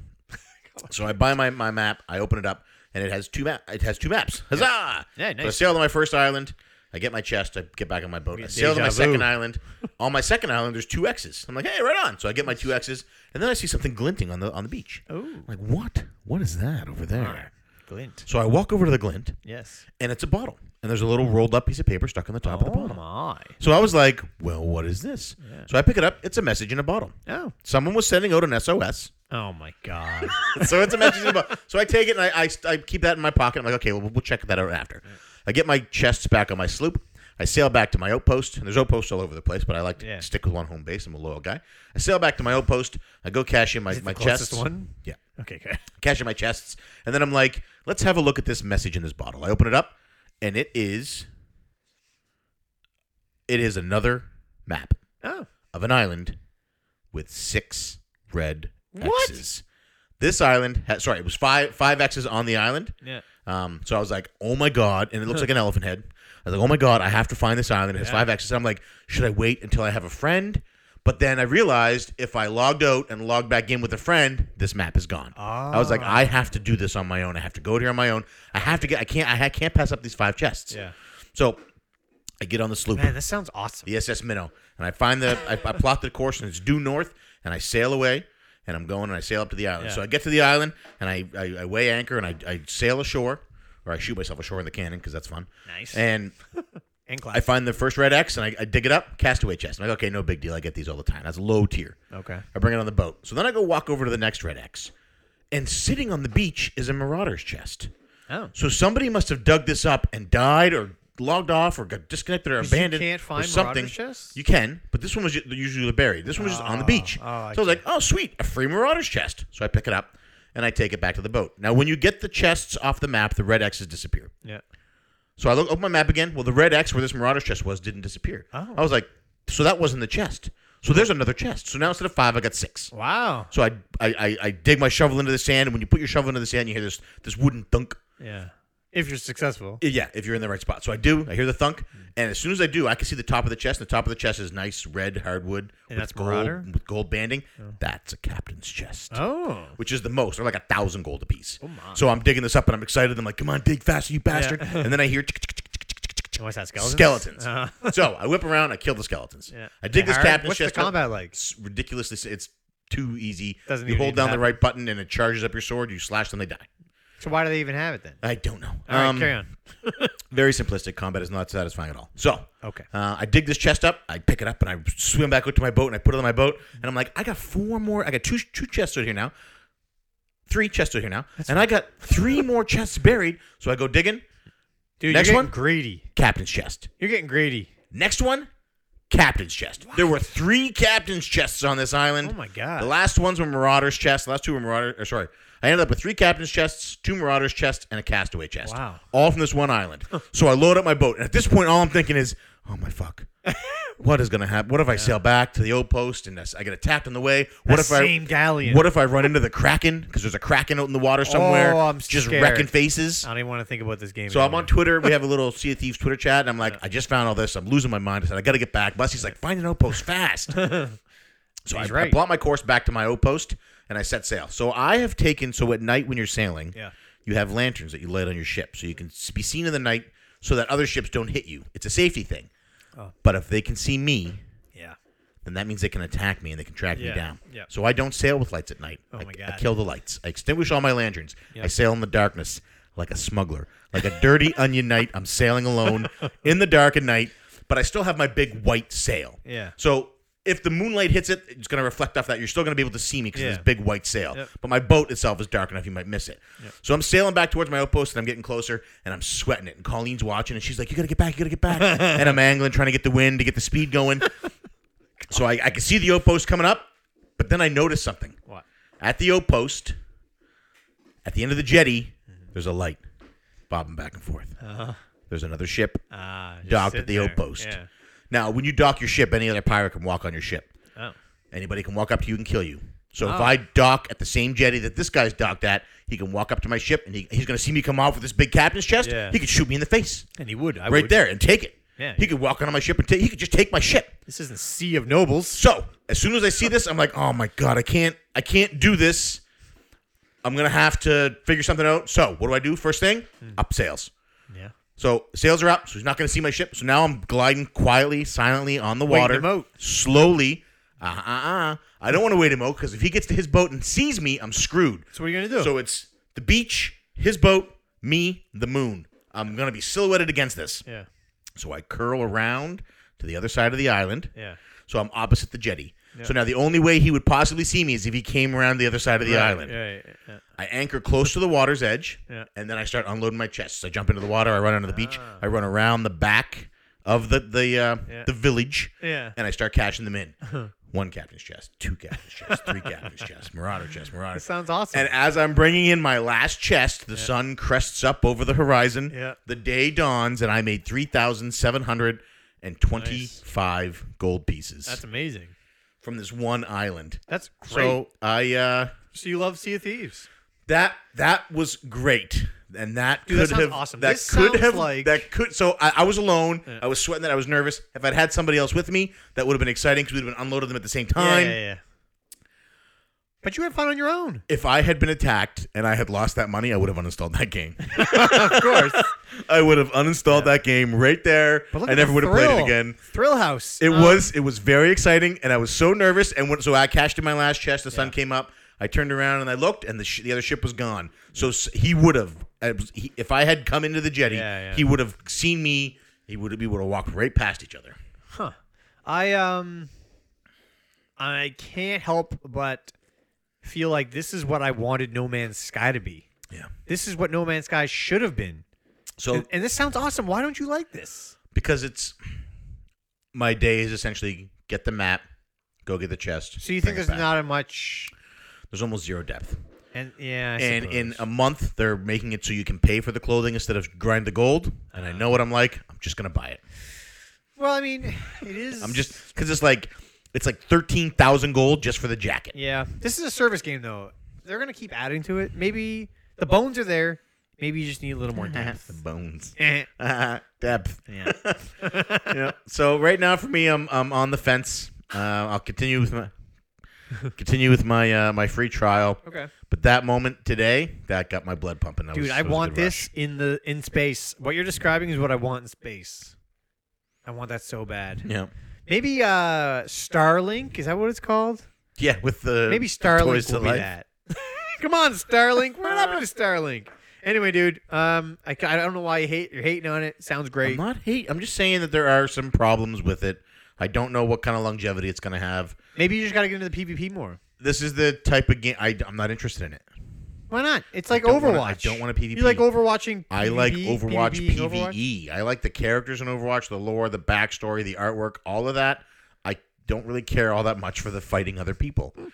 so I buy my, my map. I open it up, and it has two map. It has two maps. Huzzah!
Yeah,
So I
nice.
sail to my first island. I get my chest. I get back on my boat. I sail to my
deja
second
vu.
island. on my second island, there's two X's. I'm like, hey, right on. So I get my two X's, and then I see something glinting on the on the beach.
Oh,
I'm like, what? What is that over there?
glint.
So I walk over to the glint,
Yes.
and it's a bottle, and there's a little rolled up piece of paper stuck on the top of the
Oh
bottle.
my.
So I was like, well, what is this? So I pick it up. It's a message in a bottle.
Oh.
Someone was sending out an SOS.
Oh my [laughs] god.
[laughs] So it's a message in a bottle. So I take it and I, I, I keep that in my pocket. I'm like, okay, well, we'll check that out after. I get my chests back on my sloop. I sail back to my outpost. And there's outposts all over the place, but I like to
Yeah.
stick with one home base. I'm a loyal guy. I sail back to my outpost. I go cash in my,
Is it
my
the closest
chests.
one?
Yeah.
Okay, good.
Cash in my chests. And then I'm like, let's have a look at this message in this bottle. I open it up and it is. It is another map.
Oh.
of an island with six red
What?
X's. This island, ha- sorry, it was five five X's on the island.
Yeah.
Um, so I was like, oh my god, and it looks like
[laughs]
an elephant head. I was like, oh my god, I have to find this island. It has
Yeah.
five X's. And I'm like, should I wait until I have a friend? But then I realized if I logged out and logged back in with a friend, this map is gone. I was like,
Ah.
I have to do this on my own. I have to go here on my own. I have to get. I can't. I ha- can't pass up these five chests.
Yeah.
So I get on the sloop
Man, this sounds awesome.
the SS Minnow, and I find the I, I plot the course, and it's due north, and I sail away, and I'm going, and I sail up to the island.
Yeah.
So I get to the island, and I I, I weigh anchor, and I, I sail ashore, or I shoot myself ashore in the cannon because that's fun.
Nice.
And
and
I
class.
find the first red X, and I, I dig it up, castaway chest. I'm like, okay, no big deal. I get these all the time. That's low tier.
okay.
I bring it on the boat. So then I go walk over to the next red X, and sitting on the beach is a marauder's chest.
Oh.
So somebody must have dug this up and died or logged off or got disconnected or
'Cause you
abandoned
can't
or
find
something.
marauder's chests?
You can, but this one was ju- usually buried. This one was just on the beach.
Oh, I
so I was like, oh, sweet, a free marauder's chest. So I pick it up and I take it back to the boat. Now, when you get the chests off the map, the red X's disappear.
Yeah.
So I look open my map again. Well, the red X where this marauder's chest was didn't disappear.
Oh.
I was like, so that wasn't the chest. So there's another chest. So now instead of five, I got six.
Wow.
So I, I, I, I dig my shovel into the sand, and when you put your shovel into the sand, you hear this this wooden thunk.
Yeah. If you're successful.
Yeah, if you're in the right spot. So I do. I hear the thunk, and as soon as I do, I can see the top of the chest. And the top of the chest is nice red hardwood
And that's
gold
Marauder?
with gold banding. That's a captain's chest.
Oh.
Which is the most? They're like a thousand gold apiece.
my.
So I'm digging this up, and I'm excited. I'm like, "Come on, dig faster, you bastard!" and then I
[laughs]
hear [laughs] tick, tick, tick, tick, tick, tick, tick, tick.
What's that? Skeletons.
skeletons.
Uh,
[laughs] so I whip around. I kill the skeletons.
yeah.
I dig this
Hard?
captain's
What's
chest.
the
up.
combat like?
It's ridiculously. s- It's too easy.
Doesn't
you
even
hold
need
down
to
the
happen.
right button, and it charges up your sword. You slash them, they die.
So why do they even have it then?
I don't know.
All right,
Um,
carry on.
Very simplistic combat is not satisfying at all. So
Okay.
uh, I dig this chest up. I pick it up and I swim back out to my boat and I put it on my boat. And I'm like, I got four more. I got two two chests out here now. Three chests out here now. and I got three more chests buried. So I go digging.
Dude,
next
you're
one?
getting greedy.
Captain's chest.
You're getting greedy.
Next one, captain's chest. There were three captain's chests on this island.
Oh my god.
The last ones were Marauder's chest. The last two were Marauder. Or sorry, I ended up with three captain's chests, two Marauder's chests, and a castaway chest.
Wow.
All from this one
[laughs]
island. so I load up my boat, and at this point, all I'm thinking is, "Oh my
[laughs]
fuck, what is gonna happen? What if I sail back to the outpost and I s- I get attacked on the way? What
That
if I
same galleon.
What if I run into the kraken? Because there's a kraken out in the water somewhere,
Oh, I'm
just
scared.
wrecking faces.
I don't even want to think about this game.
So I'm
anymore.
on Twitter. We have a
[laughs]
little Sea of Thieves Twitter chat, and I'm like, I just found all this. I'm losing my mind. I said, I got to get back. Bussy's like, find an outpost fast.
[laughs]
so I,
He's
I
right.
plot my course back to my outpost, and I set sail. So I have taken. So at night when you're sailing,
Yeah.
you have lanterns that you light on your ship, so you can s- be seen in the night, so that other ships don't hit you. It's a safety thing.
Oh.
But if they can see me,
Yeah.
then that means they can attack me and they can track me
Yeah,
down.
yeah.
So I don't sail with lights at night. Oh I,
my
I
God.
kill the lights. I extinguish all my lanterns. I sail in the darkness like a smuggler, like a
[laughs]
dirty onion knight. I'm sailing alone in the dark at night, but I still have my big white sail.
Yeah.
So if the moonlight hits it, it's going to reflect off that. You're still going to be able to see me because of
Yeah.
this big white sail.
Yep.
But my boat itself is dark enough you might miss it. So I'm sailing back towards my outpost and I'm getting closer and I'm sweating it. And Colleen's watching and she's like, "You got to get back. You got to get
[laughs]
back." and I'm angling, trying to get the wind to get the speed going. so I, I can see the outpost coming up, but then I notice something
What?
at the outpost. At the end of the jetty,
Mm-hmm.
there's a light bobbing back and forth.
Uh-huh.
There's another ship
Ah, just
docked
sitting
at the
there.
outpost.
Yeah.
Now, when you dock your ship, any other pirate can walk on your ship.
Oh.
Anybody can walk up to you and kill you. So if
Oh.
I dock at the same jetty that this guy's docked at, he can walk up to my ship and he, he's going to see me come off with this big captain's chest.
Yeah.
He could shoot me in the face
And he would. I
right
would.
there and take it.
Yeah.
He could walk onto my ship and take. He could just take my ship.
This isn't Sea of Nobles.
So as soon as I see this, I'm like, oh my god, I can't, I can't do this. I'm gonna have to figure something out. So what do I do? First thing,
Hmm.
up sails.
Yeah.
So sails are up, so he's not going to see my ship. So now I'm gliding quietly, silently on the
Waiting
water,
him out.
slowly. Uh uh uh. I don't want to wait him out because if he gets to his boat and sees me, I'm screwed.
So what are you gonna do?
So it's the beach, his boat, me, the moon. I'm going to be silhouetted against this.
yeah.
So I curl around to the other side of the island.
Yeah.
So I'm opposite the jetty. So now the only way he would possibly see me is if he came around the other side of the island.
Yeah, yeah, yeah.
I anchor close to the water's edge,
Yeah. Ah.
and then I start unloading my chests. I jump into the water. I run onto the beach. I run around the back of the the uh,
Yeah.
the village,
Yeah. Uh-huh.
and I start cashing them in. One captain's chest, two captain's chests,
[laughs]
three captain's chests, Marauder chest, Marauder.
That sounds awesome.
And as I'm bringing in my last chest, the sun crests up over the horizon.
Yeah.
The day dawns, and I made three thousand seven hundred and twenty-five gold pieces
That's amazing.
from this one island.
That's great. So,
So I uh,
you love Sea of Thieves?
That that was great, and that
Dude, that
could
sounds
have
awesome.
that
This
could
sounds
have
like-
that could. So I, I was alone. I was sweating. That I was nervous. If I'd had somebody else with me, that would have been exciting because we'd have been unloaded them at the same time.
But you had fun on your own.
If I had been attacked and I had lost that money, I would have uninstalled that game.
[laughs] Of course.
[laughs] I would have uninstalled that game right there.
But look
I
at
never
the
would have played it
thrill.
again.
Thrill House.
It
Um,
was it was very exciting, and I was so nervous. And when, so I cashed in my last chest. The sun came up. I turned around and I looked, and the sh- the other ship was gone. So s- he would have I was- he- if I had come into the jetty,
Yeah, yeah.
he would have seen me. He would we would have walked right past each other.
Huh. I um I can't help but feel like this is what I wanted No Man's Sky to be.
Yeah.
This is what No Man's Sky should have been.
So
And, and this sounds awesome. Why don't you like this?
because it's my day is essentially get the map, go get the chest.
So you
bring
think
it
there's
back.
not a much
there's almost zero depth.
and yeah, I
and in
suppose.
a month they're making it so you can pay for the clothing instead of grind the gold. And I
Uh-huh.
know what I'm like. I'm just gonna buy it.
well, I mean, it is.
I'm just because it's like it's like thirteen thousand gold just for the jacket.
yeah. This is a service game though. They're gonna keep adding to it. Maybe the bones are there. Maybe you just need a little more depth. [laughs]
the bones. [laughs]
Eh.
Depth.
yeah.
[laughs] Yeah. So right now for me, I'm I'm on the fence. Uh, I'll continue with my continue with my uh, my free trial.
Okay.
But that moment today, that got my blood pumping. That
Dude,
was-
I
that was a
want
good
this in the in space. What you're describing is what I want in space. I want that so bad.
rush. Yeah.
Maybe uh Starlink, is that what it's called?
Yeah, with the
Maybe
toys
Starlink
to
will be
life.
that. [laughs] Come on, Starlink. What happened
[laughs]
to Starlink? Anyway, dude, um I, I don't know why you hate you're hating on it. Sounds
I'm
great.
not hate. I'm just saying that there are some problems with it. I don't know what kind of longevity it's going to have.
Maybe you just got to get into the PvP more.
This is the type of game I, am not interested in it.
Why not? It's like
don't wanna-
Overwatch.
I don't wanna PvP.
You like Overwatching?
I like Overwatch
PvP,
PvE. [laughs] I like the characters in Overwatch, the lore, the backstory, the artwork, all of that. I don't really care all that much for the fighting other people.
Hmm.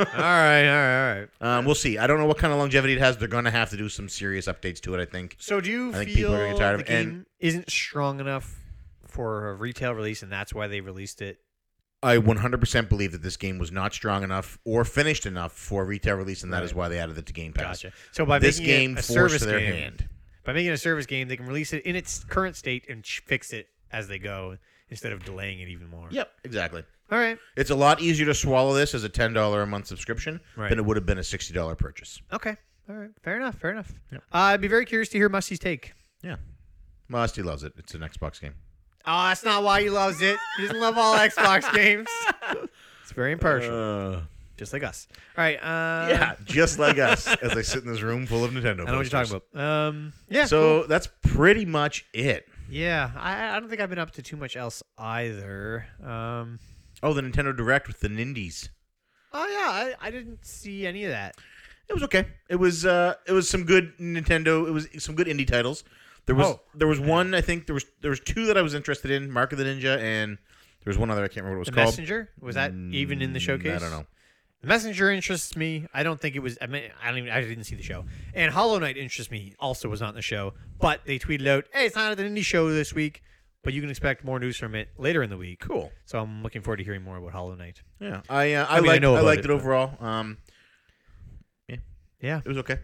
all right, all right, all right.
Um, we'll see. I don't know what kind of longevity it has. They're going to have to do some serious updates to it. I think.
So do you
I think
feel
people are getting tired of
the
it, and-
game isn't strong enough for a retail release, and that's why they released it?
I 100% believe that this game was not strong enough or finished enough for retail release, and that is
Right.
why they added it to Game Pass.
Gotcha. So by
This
making it
game
a
forced
service
their
game,
hand.
by making it a service game, they can release it in its current state and ch- fix it as they go instead of delaying it even more.
Yep, exactly.
All right.
It's a lot easier to swallow this as a ten dollar a month subscription
Right.
than it would have been a sixty dollar purchase.
Okay. All right. Fair enough. Fair enough. Uh, I'd be very curious to hear Musty's take.
Yeah, Musty loves it. It's an Xbox game.
Oh, that's not why he loves it. He doesn't love all
[laughs]
Xbox games. It's very impartial, just like us. All right. Uh,
Uh, yeah, [laughs] just like us as I sit in this room full of Nintendo.
I know what you're talking about. Um, yeah.
So that's pretty much it.
Yeah, I, I don't think I've been up to too much else either. Um,
Oh, the Nintendo Direct with the Nindies.
Oh yeah, I, I didn't see any of that.
It was okay. It was uh, it was some good Nintendo. It was some good indie titles. There was
Oh.
there was one I think there was there was two that I was interested in, Mark of the Ninja, and there was one other I can't remember what it was
The
called.
messenger was that even in the
Mm,
showcase?
I don't know.
The messenger interests me. I don't think it was. I mean, I don't even. I didn't see the show. And Hollow Knight interests me. Also was not in the show, but they tweeted out, "Hey, it's not at the indie show this week, but you can expect more news from it later in the week."
Cool.
So I'm looking forward to hearing more about Hollow Knight.
Yeah, I uh, I,
I mean,
liked,
I
I,
know about
liked
it,
it,
but-
overall. Um,
Yeah.
it was okay.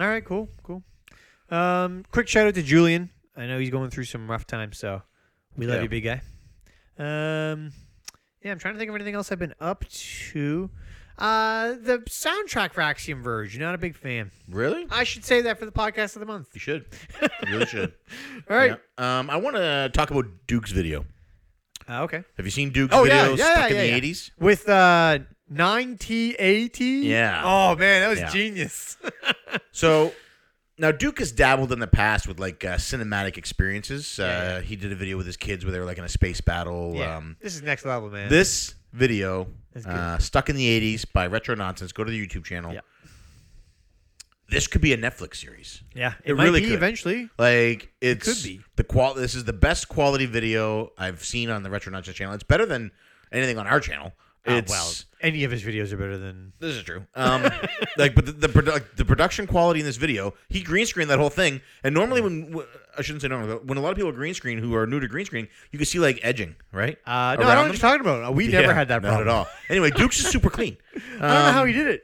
All right. Cool. Cool. Um, quick shout out to Julian. I know he's going through some rough times, so we love
Yeah.
you, big guy. Um, yeah, I'm trying to think of anything else I've been up to. Uh, the soundtrack for Axiom Verge. Not a big fan.
Really?
I should say that for the podcast of the month.
You
[laughs]
should. You really should.
All right.
Yeah. Um, I want to talk about Duke's video.
Uh, okay.
Have you seen Duke's
Oh, yeah,
video
yeah,
stuck
yeah,
in
yeah.
the 80s?
With uh, 9TAT?
Yeah.
Oh, man, that was
Yeah.
genius. [laughs]
So now Duke has dabbled in the past with like uh, cinematic experiences. Uh,
Yeah,
He did a video with his kids where they were like in a space battle. Um,
this is next level, man.
this video,
That's good.
uh, Stuck in the 80s by Retro Nonsense, go to the YouTube channel.
Yeah.
This could be a Netflix series.
yeah, it,
it
might
really
be
could.
eventually.
Like it's
could be.
the qual. This is the best quality video I've seen on the Retro Nonsense channel. It's better than anything on our channel. It's,
oh, well, any of his videos are better than.
This is
[laughs]
true. Um, like, but the the, produ- the production quality in this video, he green screened that whole thing. And normally, when wh- I shouldn't say normally, but when a lot of people green screen who are new to green screen, you can see like edging, right?
Uh, no, I
Around
don't know what
them?
you're talking about. We
Yeah,
never had that problem.
Not at all. Anyway, Duke's is super clean.
[laughs] I don't know how
Um,
he did it.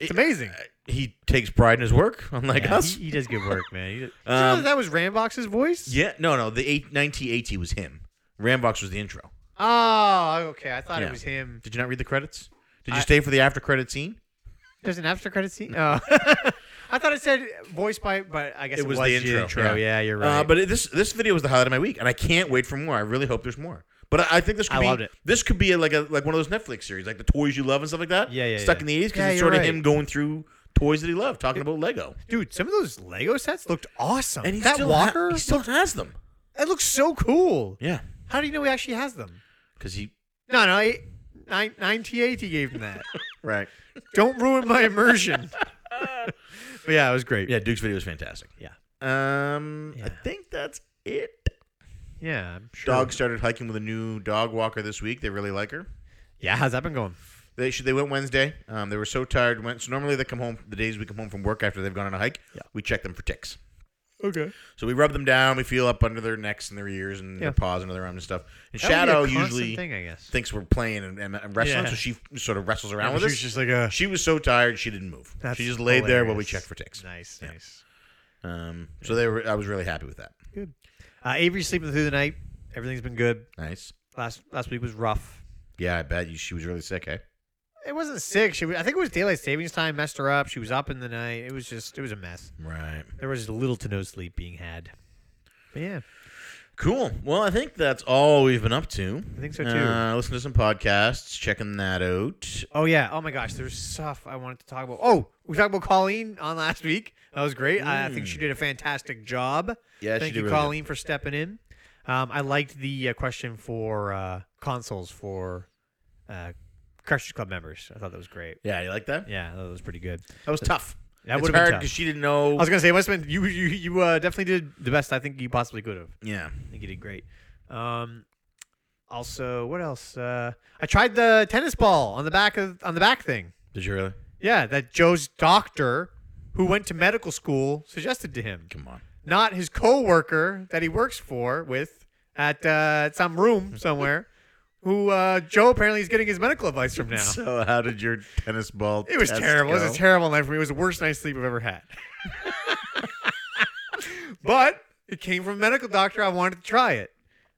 It's
it-
amazing.
He takes pride in his work, unlike
Yeah,
us.
He, he does good work, man. He did- Did you know
Um,
that, that was Rambox's voice?
yeah, no, no. The eight, 1980 was him. Rambox was the intro.
Oh, okay. I thought it
Yeah.
was him.
Did you not read the credits? Did you
I-
stay for the after credit scene?
There's an after credit scene. Oh. [laughs] I thought it said voice by, but I guess it,
It was the intro,
Yeah.
yeah.
you're right.
Uh, but it, this this video was the highlight of my week, and I can't wait for more. I really hope there's more. But I, I think this could
I
be
loved it.
this could be like a like one of those Netflix series, like the toys you love and stuff like that.
Yeah, yeah,
Stuck
yeah.
in the eighties because
Yeah,
it's
you're
sort of
right.
him going through toys that he loved, talking about Lego.
dude, some of those Lego sets looked awesome.
And he
that
still ha-
walker,
he still has them.
that looks so cool.
Yeah,
How do you know he actually has them?
because he
No, no, I, nine, nine TAT gave him that.
[laughs] right.
Don't ruin my immersion. but yeah, it was great.
Yeah, Duke's video is fantastic.
Yeah.
Um, I
Yeah.
think that's it.
yeah I'm sure.
Dog started hiking with a new dog walker this week. They really like her.
Yeah, how's that been going?
They should. They went Wednesday. Um, they were so tired. Went. So normally they come home the days we come home from work after they've gone on a hike.
Yeah.
We check them for ticks.
Okay.
So we rub them down. We feel up under their necks and their ears and
Yeah.
their paws under their arms and stuff. And Shadow usually
thing, I guess.
thinks we're playing and, and- and wrestling,
Yeah.
so she sort of wrestles around with
she
us.
was just like uh, a.
she was so tired she didn't move.
That's
she just laid there while we
hilarious.
checked for ticks.
Nice,
Yeah.
nice.
Um, so they were. I was really happy with that.
Uh, Avery's sleeping through the night. Everything's been good.
Nice.
Last last week was rough.
Yeah, I bet you she was really sick. eh? Hey.
It wasn't sick. She was, I think it was daylight savings time messed her up. She was up in the night. It was just it was a mess.
Right.
There was little to no sleep being had. But yeah,
Cool. Well, I think that's all we've been up to.
I think so too.
Uh, listen to some podcasts. Checking that out.
oh yeah. Oh my gosh. There's stuff I wanted to talk about. Oh, we talked about Colleen on last week. That was great. I, I think she did a fantastic job.
Mm. Yeah, she did
Thank you,
really good.
Colleen, for stepping in. Um, I liked the uh, question for uh, consoles for uh, Crushers Club members. I thought that was great.
Yeah, you like that?
Yeah, that was pretty good.
That was tough.
That
It's
would've been
hard
tough.
because she didn't know.
I was gonna say, Westman, you you you uh, definitely did the best I think you possibly could have.
yeah.
I think you did great. Um, also, what else? Uh, I tried the tennis ball on the back of on the back thing.
Did you really?
Yeah, that Joe's doctor, who went to medical school, suggested to him,
Come on.
not his coworker that he works for with at uh, some room somewhere, who uh, Joe apparently is getting his medical advice from now.
[laughs] So how did your tennis ball?
It was
test
terrible. It
go?
was a terrible night for me. It was the worst night's sleep I've ever had. [laughs] but it came from a medical doctor. I wanted to try it.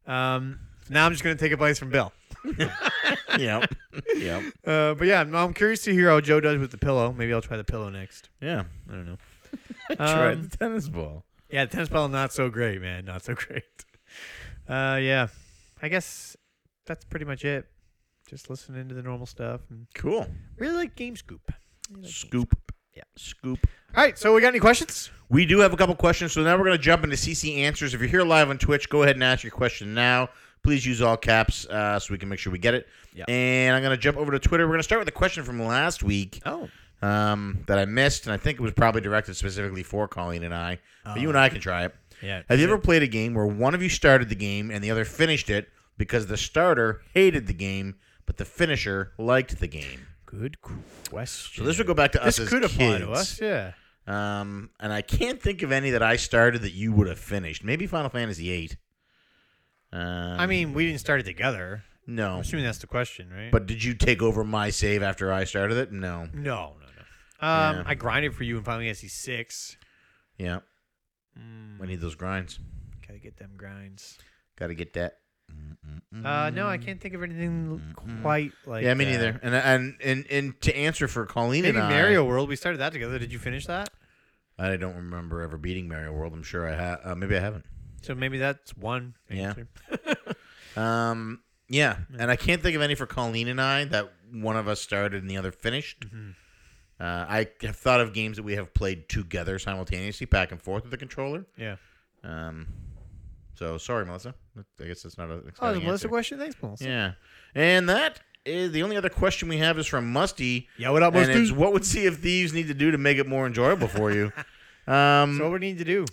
Um, now I'm just going to take advice from Bill.
yep. [laughs] Yep.
Uh, but yeah, I'm, I'm curious to hear how Joe does with the pillow. Maybe I'll try the pillow [laughs] next.
Yeah.
I don't know.
Tried
Um,
the tennis ball.
Yeah, the tennis ball not so great, man. Not so [laughs] great. Uh, yeah, I guess that's pretty much it. Just listening to the normal stuff and
Cool.
really like Game Scoop. Really like Game
Scoop.
Yeah.
Scoop.
Scoop. All right, so we got any questions?
We do have a couple questions, so now we're going to jump into CC answers. If you're here live on Twitch, go ahead and ask your question now. Please use all caps uh, so we can make sure we get it.
Yeah.
And I'm going to jump over to Twitter. We're going to start with a question from last week
Oh,
um, that I missed, and I think it was probably directed specifically for Colleen and I. But
Oh.
you and I can try it.
yeah.
Have you ever played a game where one of you started the game and the other finished it because the starter hated the game, but the finisher liked the game?
Good
So
question.
this would go back to us
This
as
could
kids.
apply to us. Yeah.
Um, and I can't think of any that I started that you would have finished. Maybe Final Fantasy VIII. Um,
I mean, we didn't start it together. I'm
no.
assuming that's the question, right?
But did you take over my save after I started it? No.
no, no, no. Um,
Yeah.
I grinded for you in Final Fantasy six.
Yeah.
Mm,
I need those grinds.
gotta get them grinds.
Got to get that.
Uh, no, I can't think of anything l- quite like.
Mm. yeah, me
that.
neither. And and and and to answer for Colleen
Maybe
and I,
Mario World. We started that together. Did you finish that?
I don't remember ever beating Mario World. I'm sure I have. Uh, maybe I haven't.
So maybe that's one.
Yeah.
answer.
Um, yeah, and I can't think of any for Colleen and I that one of us started and the other finished.
Mm-hmm.
Uh, I have thought of games that we have played together simultaneously, back and forth with the controller.
yeah.
Um, so sorry, Melissa. I guess that's not an exciting
Oh, is Melissa
answer.
a question? Thanks, Melissa.
Yeah, and that is the only other question we have is from Musty,
Yo, what up,
and it's
Melissa?
what would Sea of Thieves need to do to make it more enjoyable for
[laughs]
you? Um,
So what we need to do?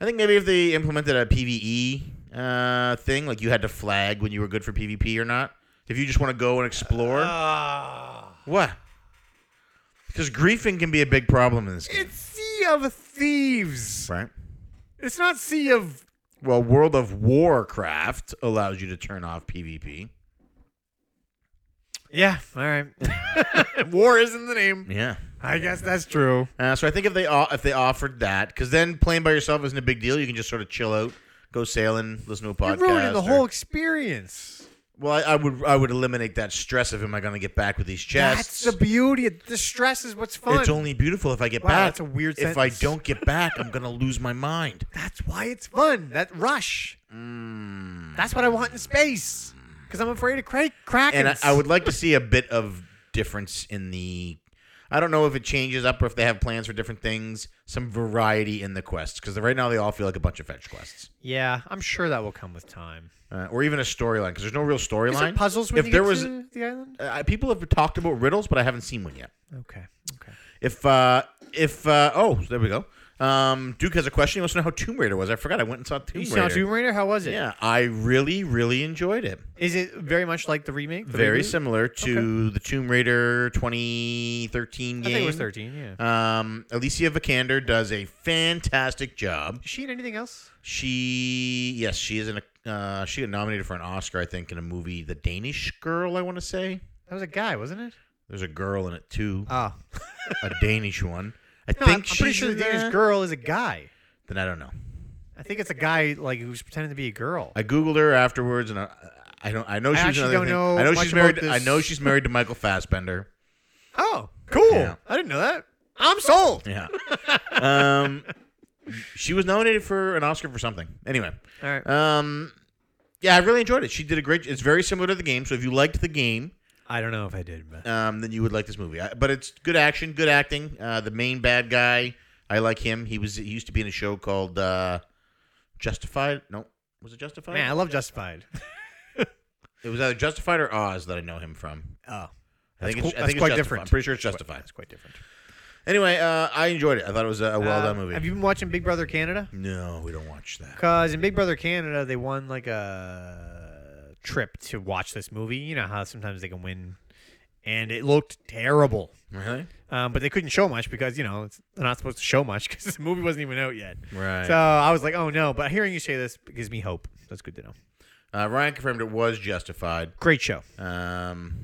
I think maybe if they implemented a PVE uh, thing, like you had to flag when you were good for PvP or not. If you just want to go and explore,
Uh,
what? Because griefing can be a big problem in this game,
it's Sea of Thieves.
right?
It's not Sea of.
Well, World of Warcraft allows you to turn off PvP.
Yeah. All right. [laughs] War isn't the name.
Yeah.
I guess that's true.
Uh, so I think if they o- if they offered that, because then playing by yourself isn't a big deal. You can just sort of chill out, go sailing, listen to a podcast.
You're ruining the
or-
whole experience.
Well, I, I would I would eliminate that stress of am I going to get back with these chests?
That's the beauty. of- The stress is what's fun.
It's only beautiful if I get
Wow,
back.
that's a weird
If
sentence.
I don't get back, I'm
[laughs]
gonna lose my mind.
That's why it's fun. That rush.
Mm.
That's what I want in space. Because I'm afraid of cra- krakens.
And I, I would like to see a bit of difference in the. I don't know if it changes up or if they have plans for different things. Some variety in the quests because right now they all feel like a bunch of fetch quests,
Yeah, I'm sure that will come with time.
uh, or even a storyline because there's no real
Is
storyline.
there puzzles when
If
you
there
get
was,
to the island?
uh, people have talked about riddles, but I haven't seen one yet.
Okay. Okay.
If uh, if uh, oh, there we go. Um, Duke has a question. He wants to know how Tomb Raider was. I forgot. I went and saw Tomb
You
Raider.
saw Tomb Raider? How was it? Is
yeah, I really, really enjoyed it.
it very much like the remake? the
very
reboot?
similar to the Tomb Raider 2013 game.
I think it was 13. Yeah.
Um, Alicia Vikander does a fantastic job.
Is she in anything else?
She, yes, she is in a. Uh, she got nominated for an Oscar, I think, in a movie, The Danish Girl. I want to say
That was a guy, wasn't it?
there's a girl in it too,
Oh.
a Danish one. I
[laughs] No,
think
I'm, I'm
she's
pretty sure the
in
Danish
that.
girl is a guy.
Then I don't know.
I think it's a guy like who's pretending to be a girl.
I googled her afterwards, and I, I don't. I know
I
she's
actually
another
don't
thing.
know
I know
much
she's married.
about
I know
this.
she's married to Michael Fassbender.
oh, cool.
Yeah.
I didn't know that. I'm sold. [laughs]
Yeah. um, she was nominated for an Oscar for something. Anyway,
All right.
um, yeah, I really enjoyed it. She did a great. It's very similar to the game. So if you liked the game,
I don't know if I did, but
um, then you would like this movie. I, but it's good action, good acting. Uh, the main bad guy, I like him. He was he used to be in a show called uh, Justified. No, was it Justified?
man, I love
[laughs]
Justified.
It was either Justified or Oz that I know him from.
Oh,
I think
cool.
it's, I think it's
That's quite
Justified.
different.
I'm pretty sure it's Justified.
that's quite different.
Anyway, uh, I enjoyed it. I thought it was a, a well
Uh,
done movie.
Have you been watching Big Brother Canada?
no, we don't watch that.
Because in Big Brother Canada, they won like a trip to watch this movie. You know how sometimes they can win, and it looked terrible.
Really?
Um, but they couldn't show much because you know it's, they're not supposed to show much [laughs] because the movie wasn't even out yet.
Right.
So I was like, oh no! But hearing you say this gives me hope. That's good to know.
Uh, Ryan confirmed it was justified.
Great show.
Um,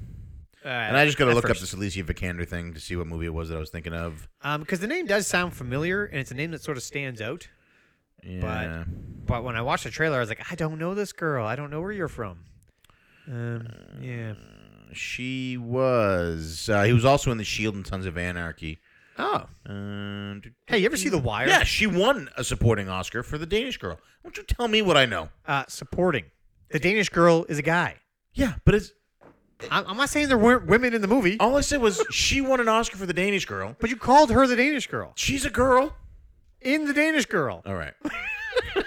Uh,
and I just got to
at
look up
first.
this Alicia Vikander thing to see what movie it was that I was thinking of.
Um, because the name does sound familiar, and it's a name that sort of stands out.
Yeah.
But when I watched the trailer, I was like, I don't know this girl. I don't know where you're from. Um, yeah.
she was. Uh, he was also in The Shield and Sons of Anarchy.
Oh,
Um, d-
hey, you ever see The Wire?
yeah, she won a supporting Oscar for The Danish Girl. Won't you tell me what I know?
Uh, supporting. The Danish girl is a guy.
Yeah, but it's
I- I'm not saying there weren't women in the movie,
all I said was she won an Oscar for The Danish Girl.
but you called her the Danish girl
She's a girl.
in the Danish girl.
All right.
I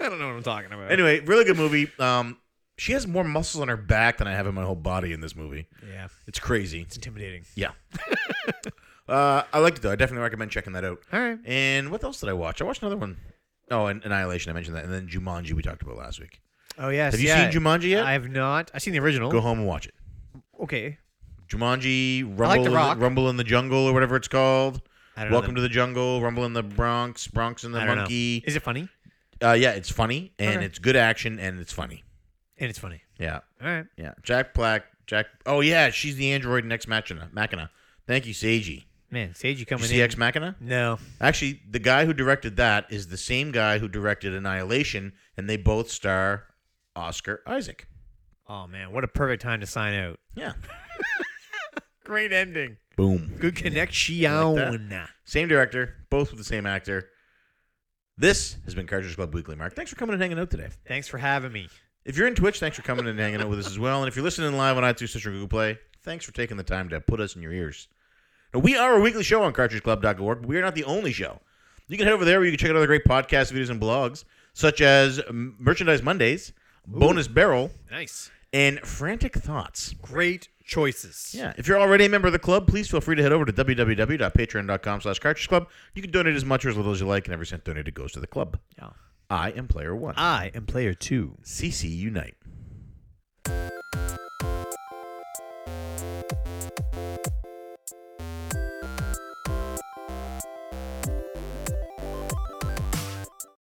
don't know what I'm talking about.
Anyway, really good movie. Um, she has more muscles on her back than I have in my whole body in this movie.
yeah,
It's crazy.
it's intimidating.
Yeah. [laughs] uh, I liked it though. I definitely recommend checking that out.
All right.
And what else did I watch? I watched another one. Oh, and Annihilation. I mentioned that, and then Jumanji we talked about last week.
Oh yes.
Have you
yeah.
seen Jumanji yet?
I have not. I've seen the original.
Go home and watch it.
Okay.
Jumanji, Rumble,
like The
in,
Rock.
Rumble in the Jungle, or whatever it's called.
I don't
Welcome
know
to the Jungle, Rumble in the Bronx, Bronx and the
I don't know.
Monkey.
Is it funny?
Uh, yeah, it's funny and
Okay.
it's good action and it's funny.
And it's funny.
Yeah,
All right.
yeah. Jack Black, Jack. Oh yeah, she's the android in Ex Machina. Machina. Thank you, Seiji.
Man, Sage, you
Did
coming
you see
in?
Ex Machina?
no.
Actually, the guy who directed that is the same guy who directed Annihilation, and they both star Oscar Isaac.
Oh man, what a perfect time to sign out.
Yeah.
Great ending.
Boom.
Good connection.
Same director, both with the same actor. This has been Cartridge Club Weekly. Mark, thanks for coming and hanging out today.
Thanks for having me.
If you're in Twitch, thanks for coming and hanging out with us as well. And if you're listening live on iTunes, Stitcher, Google Play, thanks for taking the time to put us in your ears. Now, we are a weekly show on cartridgeclub.org, but we are not the only show. You can head over there where you can check out other great podcasts, videos, and blogs, such as um, Merchandise Mondays, Bonus Barrel,
Nice.
and Frantic Thoughts.
Great choices.
Yeah. If you're already a member of the club, please feel free to head over to www.patreon.com slash cartridge club. You can donate as much or as little as you like, and every cent donated goes to the club.
Yeah.
I am player one.
I am player two.
CC Unite.